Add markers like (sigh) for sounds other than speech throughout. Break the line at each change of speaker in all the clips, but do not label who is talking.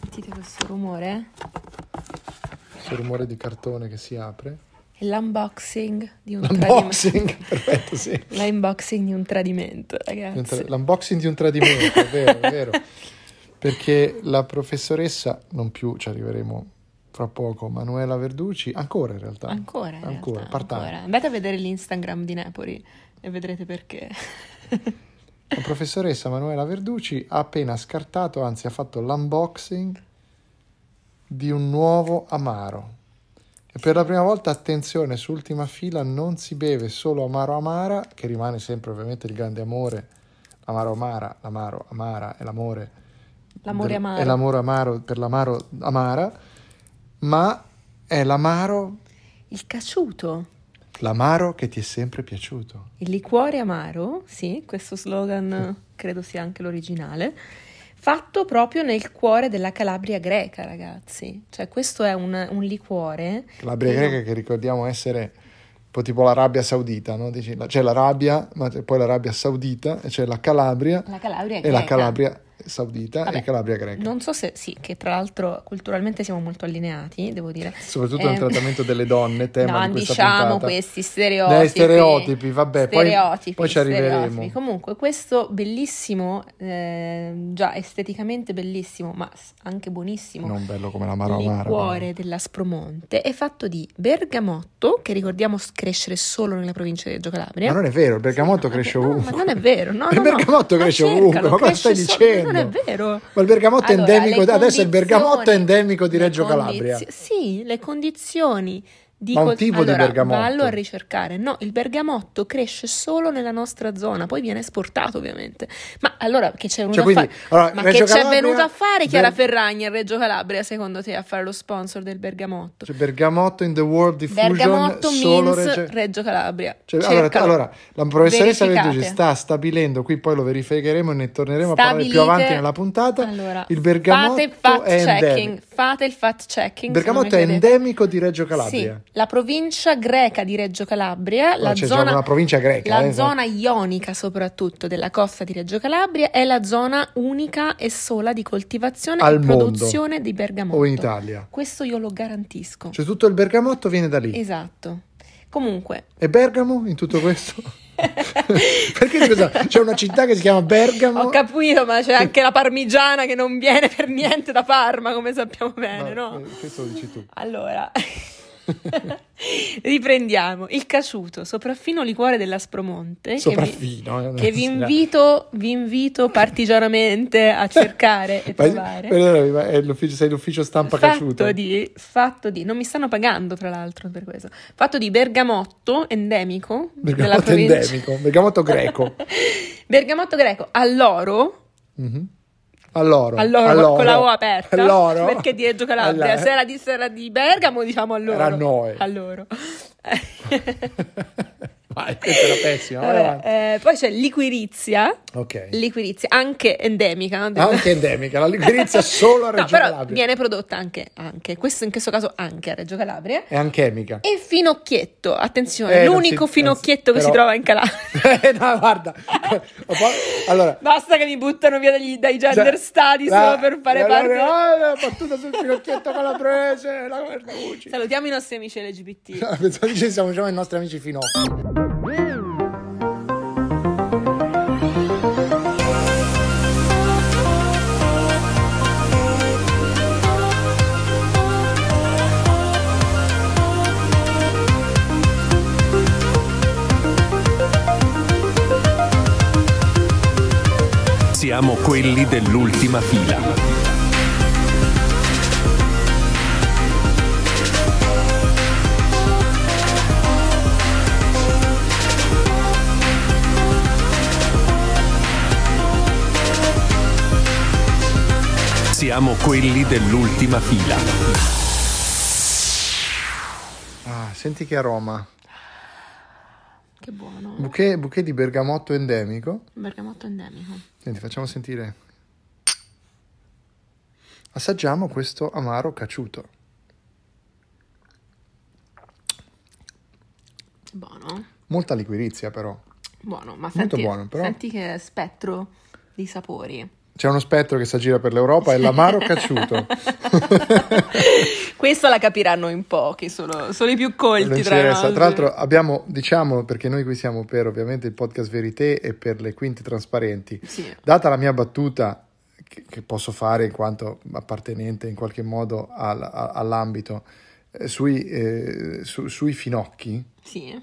Sentite questo rumore?
Questo rumore di cartone che si apre.
È l'unboxing di un
(laughs)
Eh, tradimento.
L'unboxing, perfetto, sì.
L'unboxing di un tradimento, ragazzi.
L'unboxing di un tradimento, è vero,
(laughs)
è vero. Perché la professoressa, non più, ci arriveremo fra poco, Manuela Verducci, ancora in realtà.
Ancora, in
Ancora,
realtà,
part-time.
ancora. Andate a vedere l'Instagram di Napoli e vedrete perché. (laughs)
La professoressa Manuela Verducci ha appena scartato, anzi ha fatto l'unboxing di un nuovo amaro. E per la prima volta, attenzione, su ultima fila non si beve solo amaro amara, che rimane sempre ovviamente il grande amore, amaro amara, l'amaro amara è l'amore.
L'amore
del-
amaro.
È l'amore amaro per l'amaro amara, ma è l'amaro,
Il caciuto,
l'amaro che ti è sempre piaciuto.
il liquore amaro, sì, questo slogan credo sia anche l'originale, fatto proprio nel cuore della Calabria greca, ragazzi. Cioè questo è un, un liquore
Calabria
Eh,
greca che ricordiamo essere un po' tipo l'Arabia Saudita, no? Dici, la- c'è l'Arabia, ma c'è poi l'Arabia Saudita, e c'è la Calabria
La Calabria
e
è greca.
la Calabria Saudita
Vabbè,
e Calabria greca.
Non so se sì, che tra l'altro culturalmente siamo molto allineati, devo dire.
Soprattutto
Eh,
nel trattamento delle donne, tema
no,
di questa
diciamo
puntata.
questi stereotipi.
Dai, stereotipi, vabbè, poi-
Stereotipi,
poi ci arriveremo.
stereotipi. Comunque, questo bellissimo, eh, già esteticamente bellissimo, ma s- anche buonissimo
Non bello come la
il
Maromara.
cuore dell'Aspromonte è fatto di bergamotto, che ricordiamo s- crescere solo nella provincia di Reggio Calabria.
Ma non è vero, il bergamotto
Sì, no,
cresce
no,
ovunque.
ma non è vero, no,
il
no, no.
bergamotto
Ma
cresce
cercalo,
ovunque, ma cosa
cresce
stai
solo-
dicendo?
Non è vero.
Ma il bergamotto
Allora,
è endemico,
le
adesso il bergamotto è
condizioni-
endemico di
le
Reggio
condizio-
Calabria.
Sì, le condizioni di
Ma un
col-
tipo di
Allora,
bergamotto.
Vallo a ricercare. No, il bergamotto cresce solo nella nostra zona, poi viene esportato ovviamente. Ma allora che c'è venuto
Cioè, quindi,
a fare?
allora,
Ma
Reggio
che c'è
Calabria,
venuta a fare Chiara
Ber-
Ferragni a Reggio Calabria, secondo te, a fare lo sponsor del bergamotto?
Cioè, bergamotto in the world diffusion
bergamotto
solo
Minz,
Reggio-
Reggio Calabria.
Cioè, allora,
Cercalo.
allora, la professoressa
Verificate.
Verducci sta stabilendo, qui poi lo verificheremo e ne torneremo a parlare più avanti
Stabilite-
nella puntata.
Allora,
il bergamotto
fate il fact
è
checking,
endemico.
fate il fact checking.
Il
se non mi
bergamotto è
credete.
endemico di Reggio Calabria.
Sì, la provincia greca di Reggio Calabria,
Allora,
la
c'è già
zona
una provincia greca.
la
eh,
zona ionica soprattutto della costa di Reggio Calabria è la zona unica e sola di coltivazione
Al
e
mondo.
produzione di bergamotto.
O in Italia.
Questo io lo garantisco.
Cioè tutto il bergamotto viene da lì.
Esatto. Comunque,
E Bergamo in tutto
(laughs)
questo? (laughs) Perché scusa, c'è una città che si chiama Bergamo.
ho capito, ma c'è anche la parmigiana che non viene per niente da Parma, come sappiamo bene, no?
eh, Questo lo dici tu.
Allora, (laughs) riprendiamo. Il casciuto, sopraffino liquore dell'Aspromonte, che vi-
Sopraffino. eh,
che
(laughs)
vi
sì, dai.
invito, vi invito partigianamente
(laughs)
a cercare e
Ma-
trovare.
ma- è l'ufficio- sei l'ufficio stampa
Fatto
cacciuto.
di, fatto di, non mi stanno pagando tra l'altro per questo, fatto di bergamotto endemico della
Bergamotto
provincia-
endemico,
(laughs)
bergamotto greco.
bergamotto greco all'oro,
Mhm. Allora,
all'oro, con la O aperta,
all'oro,
perché di Reggio Calabria,
alla-
se era di, se era di Bergamo diciamo all'oro.
Era noi. (laughs)
All'oro.
Vai, questa era pessima. vai
Vabbè,
avanti.
eh, poi c'è liquirizia,
Ok. Ah,
liquirizia anche endemica. no?
Anche endemica, la liquirizia solo
(laughs) No,
a Reggio
però
Calabria.
viene prodotta anche, anche, questo in questo caso anche a Reggio Calabria. (laughs)
È anchemica.
E finocchietto, attenzione,
Eh, non
l'unico
si-
finocchietto che
anzi,
si
però-
trova in Calabria.
(laughs) (laughs) Eh, no, guarda. (laughs) Ho pa- allora, cioè,
Basta che mi buttano via dagli- dai gender studies
la-
solo per fare
la-
parte.
La, la battuta sul finocchietto calabrese, la Verducci.
Salutiamo i nostri amici LGBT.
Pensavo dicessimo siamo già i nostri amici finocchi.
Siamo quelli dell'ultima fila. Siamo quelli dell'ultima fila.
Ah, senti che aroma.
Che buono.
Bouquet, bouquet di bergamotto endemico.
Bergamotto endemico.
Senti, facciamo sentire. Assaggiamo questo amaro caciuto.
Buono.
Molta liquirizia però.
Buono, ma
Molto buono, però.
senti che spettro di sapori.
C'è uno spettro che si aggira per l'Europa,
(laughs)
è l'amaro cacciuto.
Questa la capiranno in pochi, solo, solo i più colti.
Non ci
tra,
interessa.
l'altro.
Tra l'altro abbiamo, diciamo, perché noi qui siamo per ovviamente il podcast Verité e per le quinte trasparenti.
Sì.
Data la mia battuta che, che posso fare in quanto appartenente in qualche modo al- a- all'ambito eh, sui, eh, su- sui finocchi,
sì.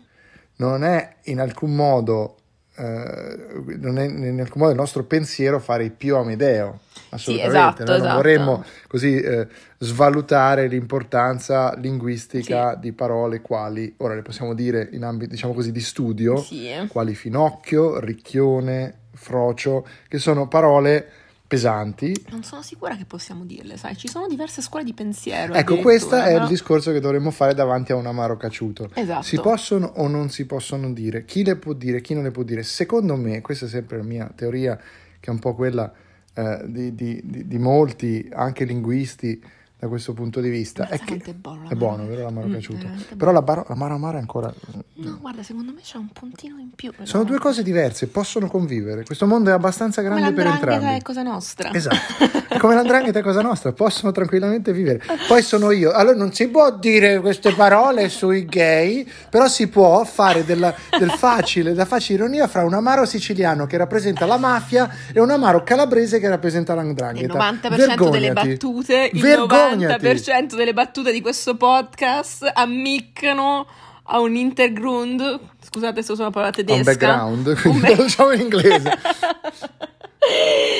non è in alcun modo eh, non è in alcun modo il nostro pensiero fare i più Amedeo assolutamente
esatto,
no? non
esatto.
vorremmo così eh, svalutare l'importanza linguistica di parole quali ora le possiamo dire in ambito diciamo così di studio
Sì.
quali finocchio ricchione frocio che sono parole pesanti
Non sono sicura che possiamo dirle, sai, ci sono diverse scuole di pensiero.
ecco
addirittura,
questo è il
però-
discorso che dovremmo fare davanti a un amaro caciuto
eh, Esatto.
Si possono o non si possono dire? Chi le può dire, chi non le può dire? Secondo me, questa è sempre la mia teoria, che è un po' quella eh, di, di- di- di molti, anche linguisti, da questo punto di vista. È,
Mazza
che
quanto è buono
è
l'amaro.
buono, vero? L'amaro
Mm,
piaciuto.
veramente
Però la, bar- la maro amara è ancora...
No, guarda, secondo me c'è un puntino in più. eh.
Sono due cose diverse, possono convivere. Questo mondo è abbastanza
Come
grande per
l'andrangheta
entrambi.
è cosa nostra. (laughs)
Esatto, È come l'andrangheta è cosa nostra, possono tranquillamente vivere. Poi sono io, allora non si può dire queste parole sui gay, però si può fare della, del facile, da facile ironia fra un amaro siciliano che rappresenta la mafia e un amaro calabrese che rappresenta
Il
l'andrangheta.
90% delle
Vergognati.
battute, il
Vergognati.
90% delle battute di questo podcast ammiccano a un intergrund. Scusate se uso una parola
Ha
tedesca.
un background, quindi
back-
lo diciamo
(laughs)
in inglese.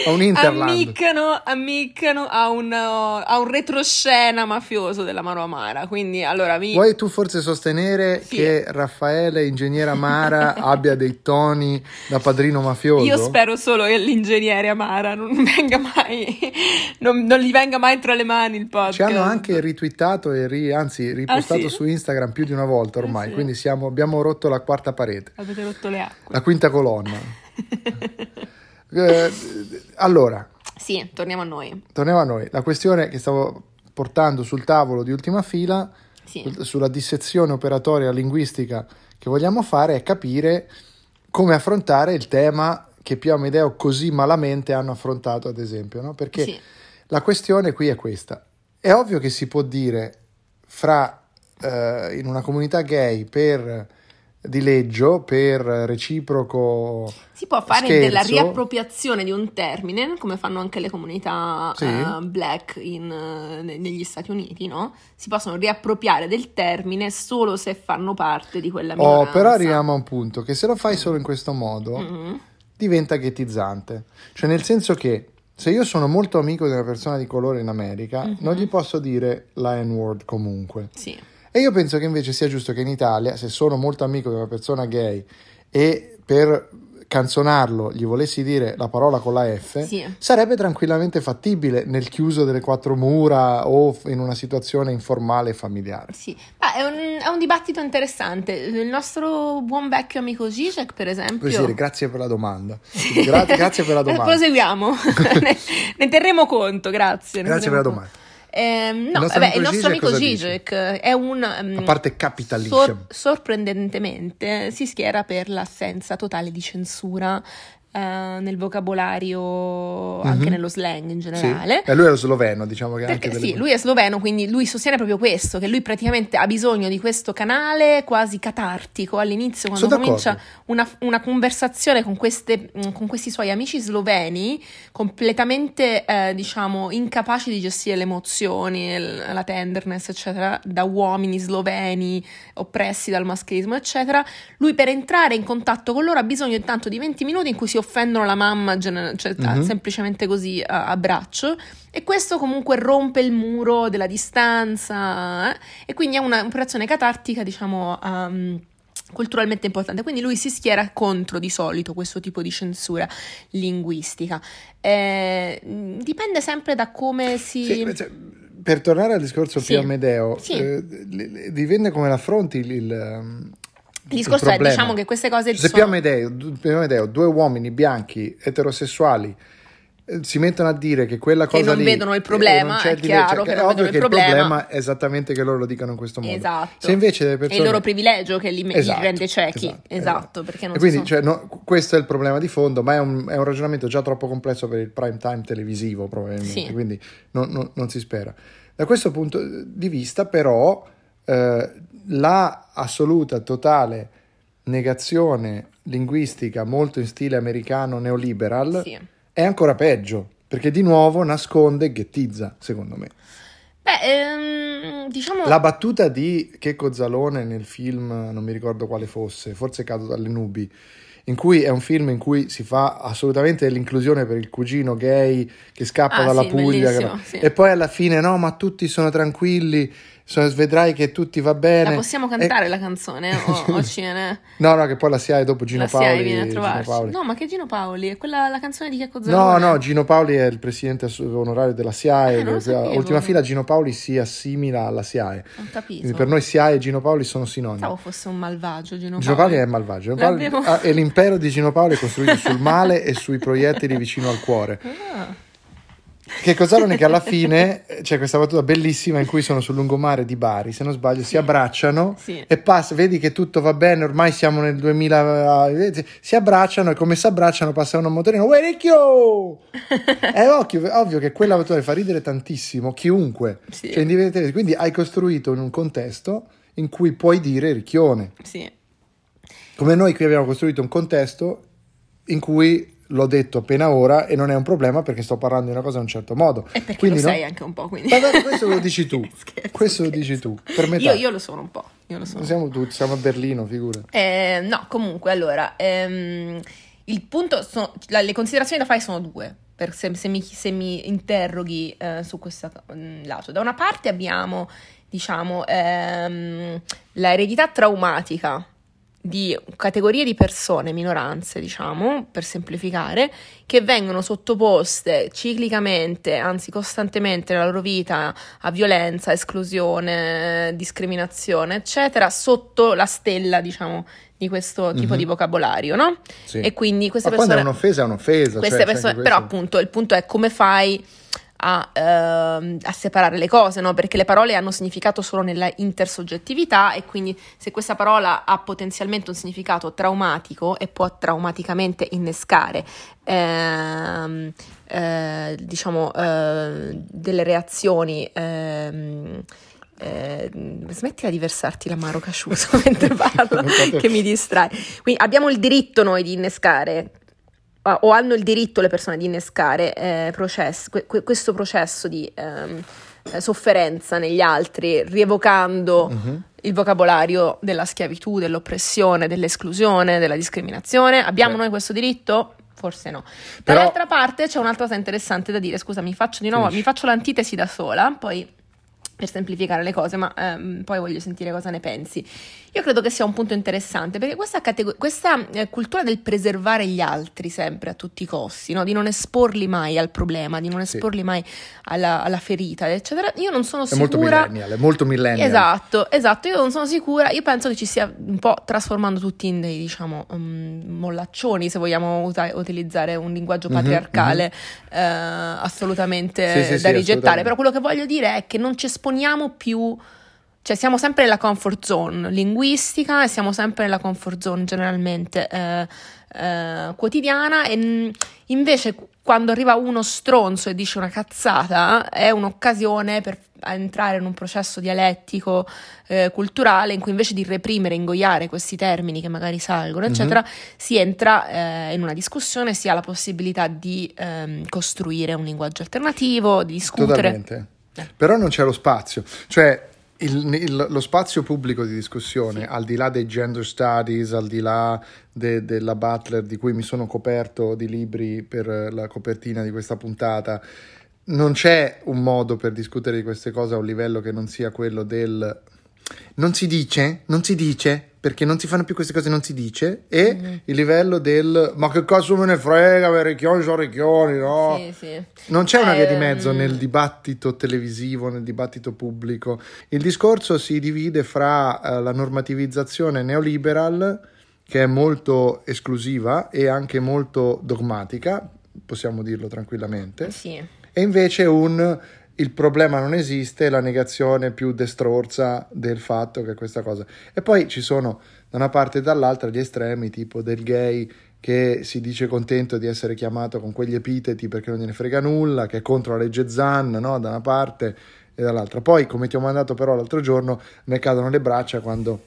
Ha un interland.
Ammiccano, ammiccano a, un, uh, a un retroscena mafioso della Mano Amara. Quindi allora mi.
Vuoi tu forse sostenere
Sì.
che Raffaele, ingegnere Amara, abbia dei toni da padrino mafioso?
Io spero solo che l'ingegnere Amara non (laughs) venga mai. Non, non gli venga mai tra le mani il podcast.
Ci hanno anche ritwittato e ri- anzi ripostato
Ah, sì?
su Instagram più di una volta ormai,
Ah, sì?
quindi siamo- abbiamo rotto la quarta parete,
Avete rotto le acque.
la
(laughs)
quinta colonna. Eh, allora,
sì, torniamo a noi.
torniamo a noi. La questione che stavo portando sul tavolo di ultima fila,
Sì.
sulla dissezione operatoria linguistica che vogliamo fare, è capire come affrontare il tema che Pio e Amedeo così malamente hanno affrontato, ad esempio, no? perché
Sì.
la questione qui è questa. È ovvio che si può dire fra eh, in una comunità gay per di leggio, per reciproco
Si può fare
scherzo.
della riappropriazione di un termine, come fanno anche le comunità
Sì.
eh, black in, eh, ne- negli Stati Uniti, no? Si possono riappropriare del termine solo se fanno parte di quella
Oh,
minoranza.
però arriviamo a un punto che se lo fai solo in questo modo
Mhm.
diventa ghettizzante. Cioè, nel senso che se io sono molto amico di una persona di colore in America,
Mhm.
non gli posso dire la N-word comunque.
Sì,
E io penso che invece sia giusto che in Italia, se sono molto amico di una persona gay e per canzonarlo gli volessi dire la parola con la F,
sì.
sarebbe tranquillamente fattibile nel chiuso delle quattro mura o f- in una situazione informale e familiare.
Sì, Ma è, un, è un dibattito interessante. Il nostro buon vecchio amico Zizek, per esempio.
Puoi dire grazie per la domanda. Gra- grazie per la domanda.
(laughs) Proseguiamo,
(laughs)
ne, ne terremo conto, grazie. ne
Grazie per la
terremo
domanda.
conto. Ehm, no,
Il nostro
vabbè,
amico
il nostro
Zizek
amico
cosa dice?
Zizek è un... ehm,
La parte capitalism.
sor- sorprendentemente si schiera per l'assenza totale di censura eh, nel vocabolario, anche
Mhm.
nello slang in
Sì.
generale.
E lui è lo sloveno, diciamo che
Perché
anche delle-
sì, lui è sloveno, quindi lui sostiene proprio questo, che lui praticamente ha bisogno di questo canale quasi catartico all'inizio quando
Sono
comincia
d'accordo.
una, una conversazione con, queste- mm, con questi suoi amici sloveni completamente, eh, diciamo, incapaci di gestire le emozioni, l- la tenderness, eccetera, da uomini sloveni oppressi dal maschilismo, eccetera. Lui per entrare in contatto con loro ha bisogno intanto di 20 minuti in cui si offendono la mamma, gener- cioè ah,
Mhm.
semplicemente così a, a braccio, e questo comunque rompe il muro della distanza eh, e quindi è una- un'operazione catartica, diciamo, ehm, culturalmente importante. Quindi lui si schiera contro di solito questo tipo di censura linguistica. Eh, mh, dipende sempre da come si...
Sì, cioè, per tornare al discorso
ehm, Sì.
più Amedeo, eh,
Sì.
dipende come l'affronti il, ehm, il,
il discorso è,
problema. Cioè,
diciamo, che queste cose
Se
sono...
Pio Amedeo, du- Pio Amedeo, due uomini bianchi eterosessuali eh, si mettono a dire che quella
Che
cosa
non
lì
vedono il
eh,
problema,
non c'è
è
di legge,
chiaro che
è
non vedono
ovvio
il
che il
problema.
problema è esattamente che loro lo dicano in questo modo
Esatto.
se invece le persone
È il loro privilegio che li, li
Esatto,
rende ciechi. Esatto, perché non
e quindi
si sono...
cioè, no, questo è il problema di fondo, ma è un, è un ragionamento già troppo complesso per il prime time televisivo, probabilmente,
Sì.
quindi non, non- non si spera. Da questo punto di vista, però, eh, la assoluta, totale negazione linguistica molto in stile americano neoliberal
Sì.
è ancora peggio, perché di nuovo nasconde e ghettizza, secondo me.
Beh, ehm, diciamo...
La battuta di Checco Zalone nel film, non mi ricordo quale fosse, forse Cado dalle nubi, in cui è un film in cui si fa assolutamente l'inclusione per il cugino gay che scappa
Ah,
dalla
sì,
Puglia. che-
bellissimo, sì.
E poi alla fine, no, ma tutti sono tranquilli, so- vedrai che tutti va bene.
La Eh, possiamo
E-
cantare la canzone eh,
(laughs)
o, o ci viene-
No, no, che poi la SIAE dopo Gino
la SIAE
Paoli.
viene a
Gino
trovarci.
Paoli.
No, ma che Gino Paoli? È quella la canzone di Checco
No,
Zalone?
no, Gino Paoli è il presidente ass- onorario della SIAE.
Ah, non lo
che- a
sapevo.
ultima fila Gino Paoli si assimila alla SIAE.
Non capisco.
Quindi per noi SIAE e Gino Paoli sono sinonimi.
Pensavo fosse un malvagio Gino Paoli.
Gino Paoli è malvagio. Gino Paoli-
L'abbiamo-
ah, e l'impero di Gino Paoli è costruito sul male e sui proiettili vicino al cuore.
Ah.
Che cos'erano
(laughs)
che alla fine eh, c'è questa battuta bellissima in cui sono sul lungomare di Bari, se non sbaglio, si abbracciano
Sì.
e passa, vedi che tutto va bene, ormai siamo nel 2000, eh, si abbracciano e come si abbracciano passano un motorino,
(laughs)
"Uè, Ricchio!" È ovvio, è ovvio che quella battuta fa ridere tantissimo chiunque,
Sì.
Cioè, indipendentemente- quindi hai costruito in un contesto in cui puoi dire ricchione.
Sì.
Come noi qui abbiamo costruito un contesto in cui l'ho detto appena ora e non è un problema perché sto parlando di una cosa in un certo modo.
E perché
Quindi
lo
no-
sei anche un po', quindi.
Ma guarda, questo
(laughs)
lo dici tu.
Scherzo,
Questo lo
scherzo.
dici tu, per metà.
Io, io lo sono un po', io lo sono.
Non siamo tutti, siamo a Berlino, figura.
Eh, no, comunque, allora, ehm, il punto, sono- la- le considerazioni da fare sono due, per se, se mi, se mi interroghi eh, su questo mm, lato. Da una parte abbiamo, diciamo, ehm, la eredità traumatica di categorie di persone, minoranze, diciamo, per semplificare, che vengono sottoposte ciclicamente, anzi costantemente nella loro vita a violenza, esclusione, discriminazione, eccetera, sotto la stella, diciamo, di questo tipo
Mhm.
di vocabolario, no?
Sì.
E quindi queste
Ma quando è
persone
un'offesa, è un'offesa.
queste
cioè, c'è
persone,
anche
però
questo.
appunto il punto è come fai a, ehm, a separare le cose, no? Perché le parole hanno significato solo nella intersoggettività e quindi se questa parola ha potenzialmente un significato traumatico e può traumaticamente innescare ehm, eh, diciamo eh, delle reazioni ehm, eh, smettila di versarti l'amaro casciuso (laughs) mentre parlo che mi distrae quindi abbiamo il diritto noi di innescare ah, o hanno il diritto le persone di innescare eh, process- que- que- questo processo di ehm, eh, sofferenza negli altri, rievocando
Mhm.
il vocabolario della schiavitù, dell'oppressione, dell'esclusione, della discriminazione. Abbiamo
Sì.
noi questo diritto? Forse no.
Però-
Dall'altra parte c'è un'altra cosa interessante da dire, scusa, mi faccio di nuovo,
Finisci.
mi faccio l'antitesi da sola, poi per semplificare le cose, ma ehm, poi voglio sentire cosa ne pensi. Io credo che sia un punto interessante perché questa, catego- questa, eh, cultura del preservare gli altri sempre a tutti i costi, no? di non esporli mai al problema, di non
Sì.
esporli mai alla, alla ferita, eccetera, io non sono
È molto
sicura.
millennial, è molto millennial.
Esatto, esatto, io non sono sicura, io penso che ci stia un po' trasformando tutti in dei, diciamo, mm, mollaccioni, se vogliamo usa- utilizzare un linguaggio
Mhm,
patriarcale eh, assolutamente
Sì, sì,
da
sì,
rigettare,
assolutamente.
però quello che voglio dire è che non ci esponiamo più, cioè siamo sempre nella comfort zone linguistica e siamo sempre nella comfort zone generalmente eh, eh, quotidiana e mm, invece quando arriva uno stronzo e dice una cazzata è un'occasione per entrare in un processo dialettico eh, culturale in cui invece di reprimere, ingoiare questi termini che magari salgono,
Mhm.
eccetera, si entra eh, in una discussione, si ha la possibilità di ehm, costruire un linguaggio alternativo, di discutere. Eh.
Totalmente. Però non c'è lo spazio, cioè il- il- lo spazio pubblico di discussione, al di là dei gender studies, al di là de- della Butler di cui mi sono coperto di libri per eh, la copertina di questa puntata, non c'è un modo per discutere di queste cose a un livello che non sia quello del non si dice, non si dice, perché non si fanno più queste cose, non si dice, e
Mm-hmm.
il livello del ma che cazzo me ne frega, per ricchioni sono ricchioni, no?
Sì, sì.
Non c'è una via di
Ehm,
mezzo nel dibattito televisivo, nel dibattito pubblico. Il discorso si divide fra eh, la normativizzazione neoliberal, che è molto esclusiva e anche molto dogmatica, possiamo dirlo tranquillamente.
Sì.
E invece un il problema non esiste, la negazione più destrorza del fatto che questa cosa. E poi ci sono da una parte e dall'altra gli estremi, tipo del gay che si dice contento di essere chiamato con quegli epiteti perché non gliene frega nulla, che è contro la legge Zan, no? Da una parte e dall'altra. Poi, come ti ho mandato però l'altro giorno, ne cadono le braccia quando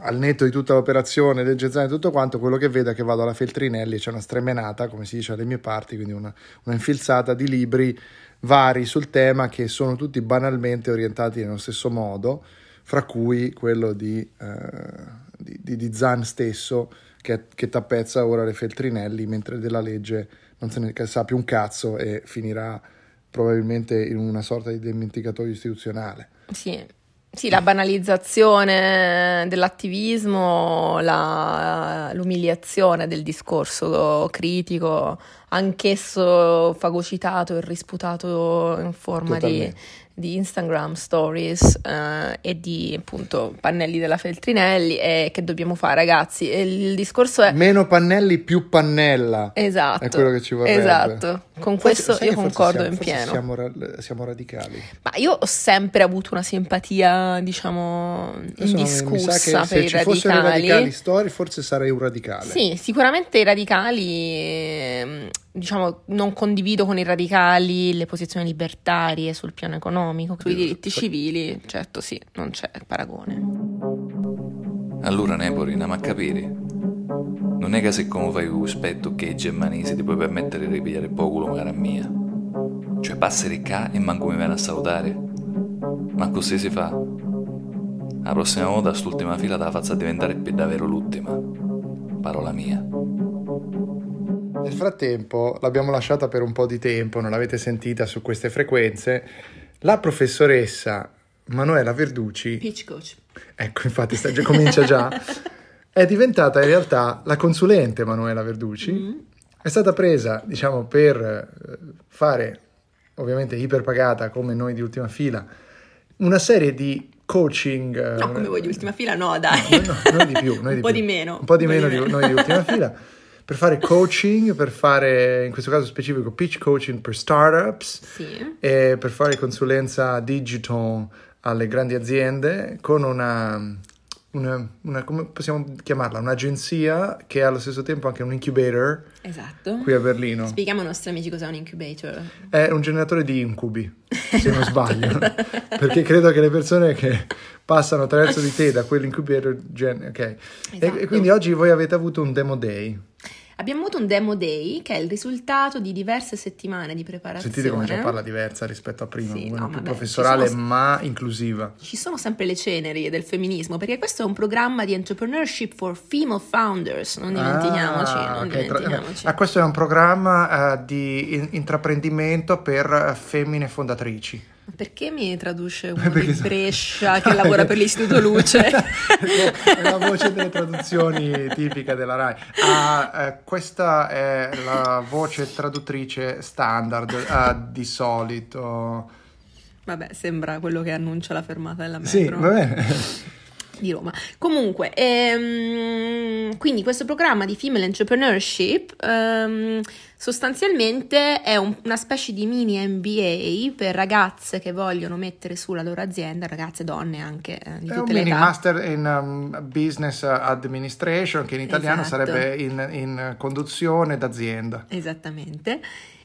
al netto di tutta l'operazione, legge Zan e tutto quanto, quello che vedo è che vado alla Feltrinelli e c'è una stremenata, come si dice alle mie parti, quindi una, una infilzata di libri vari sul tema che sono tutti banalmente orientati nello stesso modo, fra cui quello di, eh, di- di- di Zan stesso che, che tappezza ora le Feltrinelli, mentre della legge non se ne sa più un cazzo e finirà probabilmente in una sorta di dimenticatoio istituzionale.
Sì. Sì, la banalizzazione dell'attivismo, la- l'umiliazione del discorso critico, anch'esso fagocitato e risputato in forma di,
Totalmente.
di Instagram stories eh, e di appunto pannelli della Feltrinelli. E che dobbiamo fare, ragazzi? E il discorso è
Meno pannelli, più pannella.
esatto.
È quello che ci vorrebbe.
Esatto. Con
Forse-
questo
sai
io
che forse
concordo
siamo-
in
forse
pieno.
Siamo, ra- siamo radicali.
Ma io ho sempre avuto una simpatia, diciamo,
Adesso non-
indiscussa per
se
i
ci fossero i
radicali.
radicali story, forse sarei un radicale.
Sì, sicuramente i radicali, ehm, diciamo, non condivido con i radicali le posizioni libertarie sul piano economico, sui diritti civili, certo sì, non c'è paragone.
Allora Neporina, ma capire? Non è che se come fai con rispetto che i germanesi ti puoi permettere di ripigliare poco la cara mia. Cioè passare qua e manco mi viene a salutare. Ma così si fa. La prossima volta st'ultima fila te la faccia diventare per davvero l'ultima. Parola mia.
Nel frattempo l'abbiamo lasciata per un po' di tempo, non l'avete sentita su queste frequenze. La professoressa Manuela Verducci,
Pitch coach.
ecco infatti sta già-
(laughs)
comincia già, è diventata in realtà la consulente Manuela Verducci.
Mm.
È stata presa, diciamo, per eh, fare, ovviamente iperpagata come noi di ultima fila, una serie di coaching. eh,
No, come voi di ultima fila, no, dai.
No, no, noi di
(laughs)
più, noi
un po'
più.
di meno.
Un po' di meno di noi di ultima fila.
(laughs)
Per fare coaching, per fare in questo caso specifico pitch coaching per startups
Sì.
e per fare consulenza digital alle grandi aziende con una, una- una- come possiamo chiamarla, un'agenzia che è allo stesso tempo anche un incubator
Esatto.
qui a Berlino.
Spieghiamo ai nostri amici cos'è un incubator.
È un generatore di incubi,
(laughs)
se non sbaglio, perché credo che le persone che passano attraverso di te da quell'incubator... Gen- ok. E- E,
Esatto.
quindi oggi voi avete avuto un demo day.
Abbiamo avuto un demo day che è il risultato di diverse settimane di preparazione.
Sentite come già parla diversa rispetto a prima,
Sì,
una
no,
più
vabbè,
professorale
ci sono-
ma inclusiva.
Ci sono sempre le ceneri del femminismo, perché questo è un programma di entrepreneurship for female founders, non dimentichiamoci,
Ah,
non
ok, tra-
dimentichiamoci.
ah, questo è un programma eh, di in- intraprendimento per eh, femmine fondatrici.
Ma Perché mi
(laughs)
traduce uno
Perché
di
so- (laughs)
Brescia che lavora per l'Istituto Luce?
è (laughs) la voce delle traduzioni tipica della RAI. Ah, eh, questa è la voce traduttrice standard ah, di solito.
Vabbè, sembra quello che annuncia la fermata della metro.
Sì, va bene.
di Roma. Comunque, ehm, quindi questo programma di female entrepreneurship ehm, sostanzialmente è un- una specie di mini MBA per ragazze che vogliono mettere su la loro azienda, ragazze donne anche eh, di
È un
tutte le
mini
età.
master in um, business administration che in italiano
Esatto.
sarebbe in, in conduzione d'azienda.
Esattamente.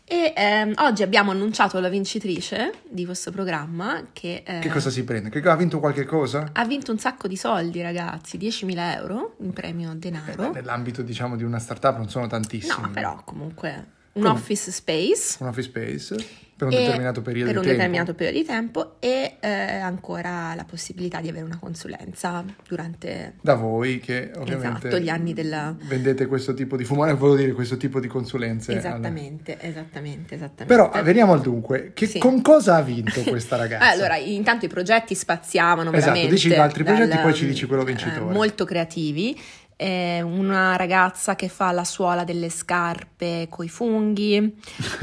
E ehm, oggi abbiamo annunciato la vincitrice di questo programma che, eh,
Che cosa si prende? Che ha vinto qualche cosa? Eh,
ha vinto un sacco di soldi, ragazzi, 10.000 euro in premio denaro.
Eh, Nell'ambito diciamo di una startup non sono tantissimi.
Ecco. No, però comunque un
Come?
office space.
Un office space per un
e-
determinato periodo
per
di
un
tempo.
determinato periodo di tempo e eh, ancora la possibilità di avere una consulenza durante
da voi che ovviamente
Esatto, gli anni della-
vendete questo tipo di fumare, volevo dire questo tipo di consulenze. alle-
esattamente, esattamente, esattamente.
Però eh, veniamo al dunque, che,
Sì.
con cosa ha vinto
(laughs)
questa ragazza?
Allora, intanto i progetti spaziavano
Esatto,
veramente.
dici gli altri progetti, poi ci
mm,
dici quello
eh,
vincitore.
molto creativi. Eh, una ragazza che fa la suola delle scarpe coi funghi,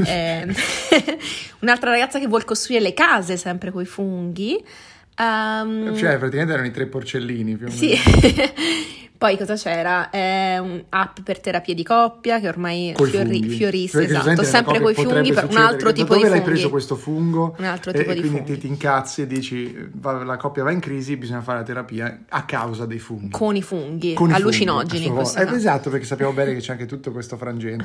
eh, (laughs) un'altra ragazza che vuol costruire le case sempre coi funghi. ehm,
Eh, Cioè, praticamente erano i tre porcellini più o meno.
Sì, (laughs) Poi cosa c'era? Eh, un- app per terapie di coppia che ormai
Coi
fiori-
funghi.
fiorisse,
Cioè, che
esatto,
presente
sempre
la
coi
cosa che
funghi,
potrebbe
per un
succedere,
altro
che
tipo
da
di
dove l'hai
funghi.
preso questo fungo?
Un altro
E,
tipo
e
di
quindi
funghi.
ti, ti incazzi e dici "Va- la coppia va in crisi, bisogna fare la terapia a causa dei funghi.
Con i funghi,
Con i funghi, a
allucinogeni.
sua
in questo
volta. Eh,
caso.
esatto, perché
(laughs)
sappiamo bene che c'è anche tutto questo frangente.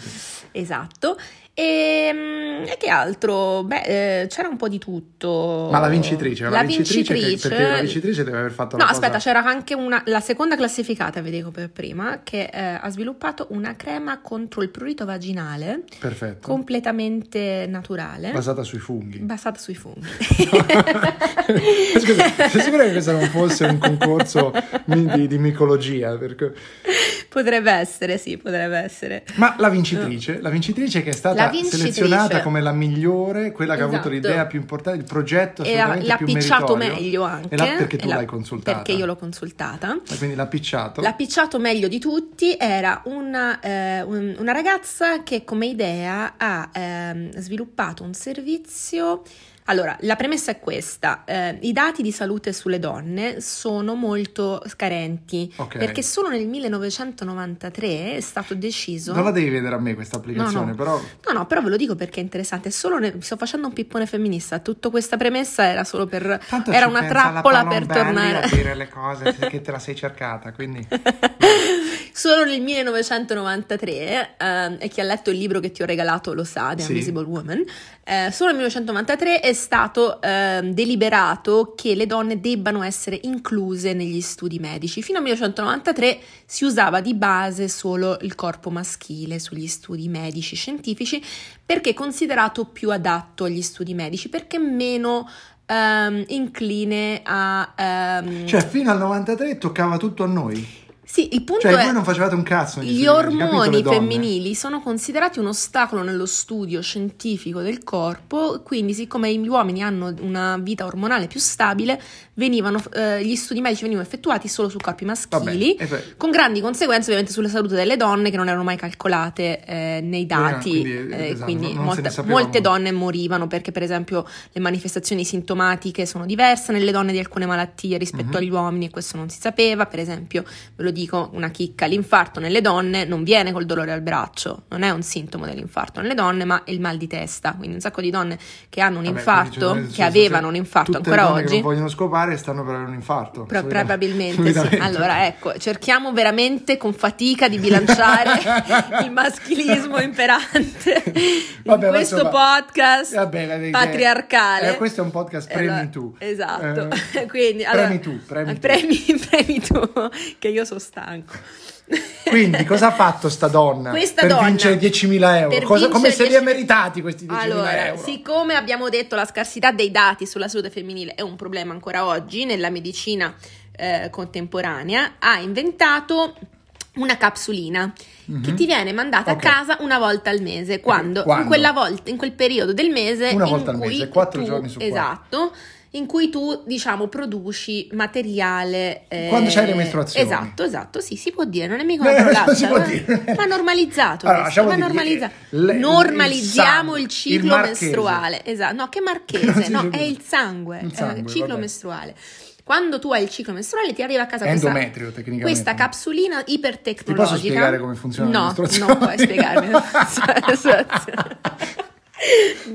Esatto. E, mm, e che altro? Beh, eh, c'era un po' di tutto.
Ma la vincitrice, la, vincitrice, che- perché la vincitrice deve aver fatto
No,
la
aspetta,
cosa...
c'era anche una, la seconda classificata, vi dico per prima, che eh, ha sviluppato una crema contro il prurito vaginale
Perfetto.
completamente naturale,
Basata sui funghi.
basata sui
(laughs)
funghi.
Eh, Scusa, sei sicura che questo non fosse un concorso mi- di, di micologia? Perché-
Potrebbe essere, sì, potrebbe essere.
Ma la vincitrice, la vincitrice che è
La
stata
vincitrice.
selezionata come la migliore, quella che ha avuto
Esatto.
l'idea più importante, il progetto
E ha-
assolutamente
l'ha
più
picciato
meritorio.
meglio anche.
E l'ha- perché tu
E l'ha-
l'hai consultata.
Perché io l'ho consultata.
E Quindi l'ha picciato.
L'ha picciato meglio di tutti era una, eh, un- una ragazza che come idea ha ehm, sviluppato un servizio. Allora, la premessa è questa, eh, i dati di salute sulle donne sono molto carenti,
Ok.
perché solo nel 1993 è stato deciso...
Non la devi vedere a me questa
No,
applicazione,
no.
però
No, no, però ve lo dico perché è interessante. Solo ne- sto facendo un pippone femminista. Tutta questa premessa era solo per.
Tanto
era
ci
una
pensa la
trappola per
Palombelli
tornare.
a dire le cose che te la sei cercata,
(laughs)
quindi
Solo nel 1993, ehm, e chi ha letto il libro che ti ho regalato lo sa, The
Sì.
Invisible Woman, eh, solo nel 1993 è stato ehm, deliberato che le donne debbano essere incluse negli studi medici. Fino al 1993 si usava di base solo il corpo maschile sugli studi medici scientifici perché è considerato più adatto agli studi medici, perché meno ehm, incline a... ehm,
Cioè, fino al 93 toccava tutto a noi.
sì, il punto
Cioè,
è...
voi non facevate un cazzo. negli
Gli
studi medici, capito,
ormoni
le donne?
femminili sono considerati un ostacolo nello studio scientifico del corpo, quindi siccome gli uomini hanno una vita ormonale più stabile, venivano, eh, gli studi medici venivano effettuati solo su corpi
Vabbè,
maschili,
e poi-
con grandi conseguenze ovviamente sulla salute delle donne che non erano mai calcolate eh, nei dati,
quindi,
eh,
esatto,
quindi
non- non se ne
molte,
sapeva
molte
molto.
donne morivano perché per esempio le manifestazioni sintomatiche sono diverse nelle donne di alcune malattie rispetto
Mhm.
agli uomini e questo non si sapeva, per esempio ve lo dico, una chicca, l'infarto nelle donne non viene col dolore al braccio, non è un sintomo dell'infarto nelle donne, ma è il mal di testa. Quindi un sacco di donne che hanno un
Vabbè,
infarto,
quindi, cioè,
che avevano
cioè,
un infarto
tutte le
ancora
donne che
oggi.
non vogliono scopare stanno per avere un infarto.
pro-
solitamente.
probabilmente sì.
Solitamente.
Allora, ecco, cerchiamo veramente con fatica di
(laughs)
bilanciare il maschilismo imperante
Vabbè,
in
ma
questo
insomma,
podcast
vabbè, la- la-
patriarcale.
eh, questo è un podcast
Eh, allora,
premi tu.
Esatto.
Eh,
(laughs) Quindi,
premi
allora,
tu, premi tu.
premi (laughs) tu, che io sono stanco.
Quindi,
(laughs)
cosa ha fatto sta donna
Questa
per
donna-
vincere 10.000 euro?
per
Cosa- come
vincere
se li ha
10.000
meritati questi 10.000
allora,
euro?
siccome abbiamo detto la scarsità dei dati sulla salute femminile è un problema ancora oggi nella medicina eh, contemporanea, ha inventato una capsulina
Mhm.
che ti viene mandata
Ok.
a casa una volta al mese, quando,
Quando?
In, quella volta, in quel periodo del mese
Una
in
volta al
cui
mese, quattro
tu-
giorni su quattro.
Esatto. In cui tu, diciamo, produci materiale. eh,
Quando c'hai le mestruazioni.
Esatto, esatto, sì, si può dire, non è mica
No,
una
non
parolaccia,
(laughs) si può dire.
Ma, ma eh? normalizzato.
Allora,
questo,
lasciamo
ma
di dire,
normalizza-
le- il
normalizziamo
sangue,
il,
il
ciclo
marchese.
mestruale. Esatto, no, che
Non
marchese,
si
no,
dice
è
più.
il sangue,
Il
il
sangue,
ciclo
vabbè.
mestruale. Quando tu hai il ciclo mestruale ti arriva a casa
È
questa,
endometrio, tecnicamente.
questa capsulina
Ti
ipertecnologica.
posso spiegare come funziona la
No,
mestruazione?
non puoi
(laughs)
spiegarmi (laughs) come funziona la mestruazione.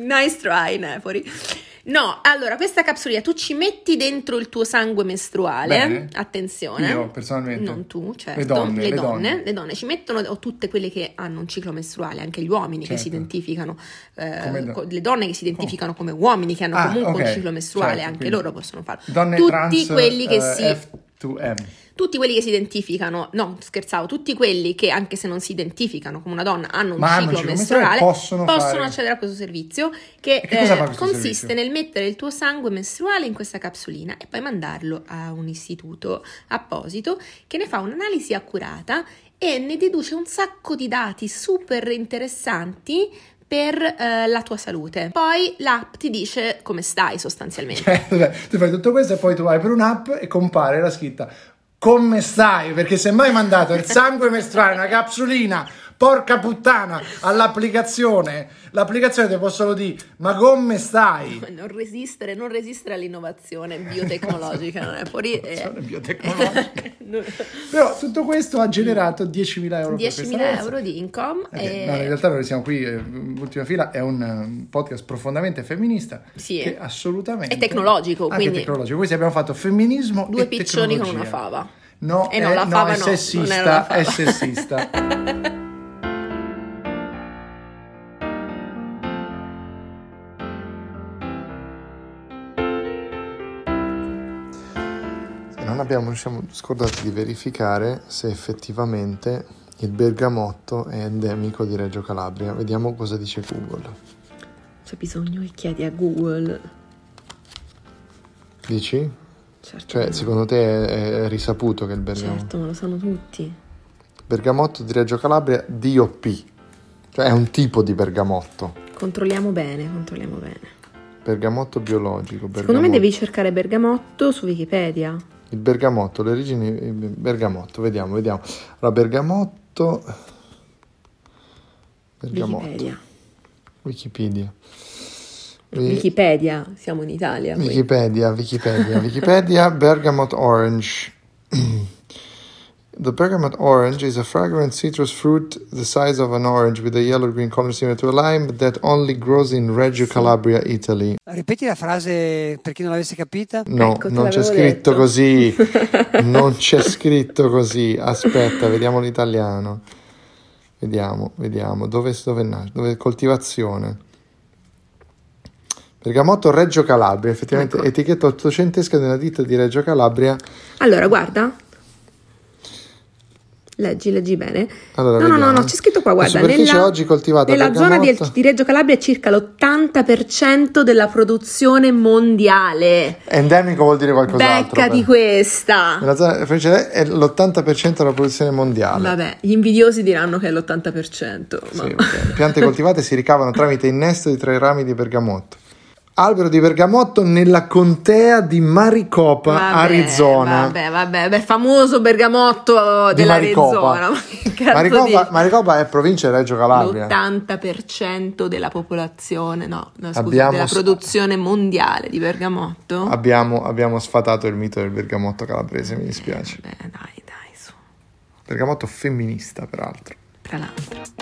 nice try, Nefori. No, allora, questa capsulina tu ci metti dentro il tuo sangue mestruale,
Bene.
attenzione.
Io, personalmente.
Non tu, certo.
Le donne, le donne.
le donne ci mettono, o tutte quelle che hanno un ciclo mestruale, anche gli uomini che
Certo.
si identificano, eh,
Come do-
co- le donne che si identificano come uomini che hanno
Ah,
comunque
ok,
un ciclo mestruale,
certo,
anche
quindi.
loro possono farlo.
Donne
tutti
trans,
quelli che
eh,
si-
F2M.
Tutti quelli che si identificano, no scherzavo, tutti quelli che anche se non si identificano come una donna hanno un
Ma hanno
ciclo
un ciclo
mestruale
mestruale, possono fare-
accedere a questo servizio che, eh,
E che cosa fa questo
consiste
servizio?
nel mettere il tuo sangue mestruale in questa capsulina e poi mandarlo a un istituto apposito che ne fa un'analisi accurata e ne deduce un sacco di dati super interessanti per eh, la tua salute. Poi l'app ti dice come stai
(laughs)
sostanzialmente.
Cioè, vabbè, ti fai tutto questo e poi tu vai per un'app e compare la scritta come stai perché se mai mandato il sangue mestruale una capsulina porca puttana, all'applicazione. L'applicazione ti può solo dire, ma come stai?
(laughs) Non resistere, non resistere all'innovazione biotecnologica, non è fuori... eh,
Biotecnologica.
(laughs) non-
Però tutto questo ha generato 10.000 euro. per
10.000
questa
euro di income
Ok,
e...
Eh, no, in realtà noi siamo qui, eh, ultima fila, è un eh, podcast profondamente femminista
Sì. eh.
che assolutamente
È tecnologico,
Anche
quindi-
tecnologico. Quindi abbiamo fatto femminismo
Due
e
piccioni con una
tecnologia.
fava.
No,
Eh no,
è,
la
no,
fava
è
no, non era la
sessista,
fava.
è sessista.
(laughs)
E non abbiamo, ci siamo scordati di verificare se effettivamente il bergamotto è endemico di Reggio Calabria. Vediamo cosa dice Google.
C'è bisogno che chiedi a Google.
Dici?
Certo,
Cioè, secondo te è, è risaputo che il bergamotto...
certo, lo sanno tutti.
Bergamotto di Reggio Calabria DOP, cioè è un tipo di bergamotto.
Controlliamo bene, controlliamo bene.
Bergamotto biologico.
Secondo me
bergamotto-
devi cercare Bergamotto su Wikipedia.
Il bergamotto, le origini eh, bergamotto, vediamo, vediamo. Allora, bergamotto... Bergamotto.
Wikipedia.
Wikipedia. Vi-
Wikipedia, siamo in Italia. quindi.
Wikipedia, Wikipedia, Wikipedia, (laughs) bergamot orange. (clears throat) The bergamot orange is a fragrant citrus fruit the size of an orange with a yellow-green color similar to a lime that only grows in Reggio Calabria, Italy.
Ripeti la frase per chi non l'avesse capita.
No,
Ecco, te
non c'è
l'avevo
scritto
detto. (laughs)
così. non c'è scritto così. Aspetta, vediamo l'italiano. Vediamo, vediamo. Dove, dove nasce? Dove coltivazione? Bergamotto Reggio Calabria, effettivamente
Ecco.
etichetta ottocentesca della ditta di Reggio Calabria.
Allora, guarda. Leggi, leggi bene.
Allora,
no, no, no,
vediamo.
no, c'è scritto qua,
La
guarda.
superficie
nella,
oggi coltivata
nella
per
zona di,
Gamotto.
di Reggio Calabria è circa l'80% della produzione mondiale.
Endemico vuol dire qualcos'altro.
Becca di
però.
questa.
Nella zona- Francesca, è l'80% della produzione mondiale.
Vabbè, gli invidiosi diranno che è l'80%, ma
Sì,
(laughs)
ok. Piante coltivate si ricavano tramite innesto di tre rami di bergamotto. Albero di bergamotto nella contea di Maricopa,
Vabbè,
Arizona.
Vabbè, vabbè, beh, famoso bergamotto
Di
dell'Arizona.
Maricopa.
ma che cazzo
Maricopa,
dici?
Maricopa è provincia di Reggio Calabria.
L'80% della popolazione, no, no, scusa,
Abbiamo
della
s-
produzione mondiale di bergamotto.
Abbiamo, abbiamo sfatato il mito del bergamotto calabrese, mi dispiace.
Beh, dai, dai, su.
Bergamotto femminista, peraltro.
Tra l'altro.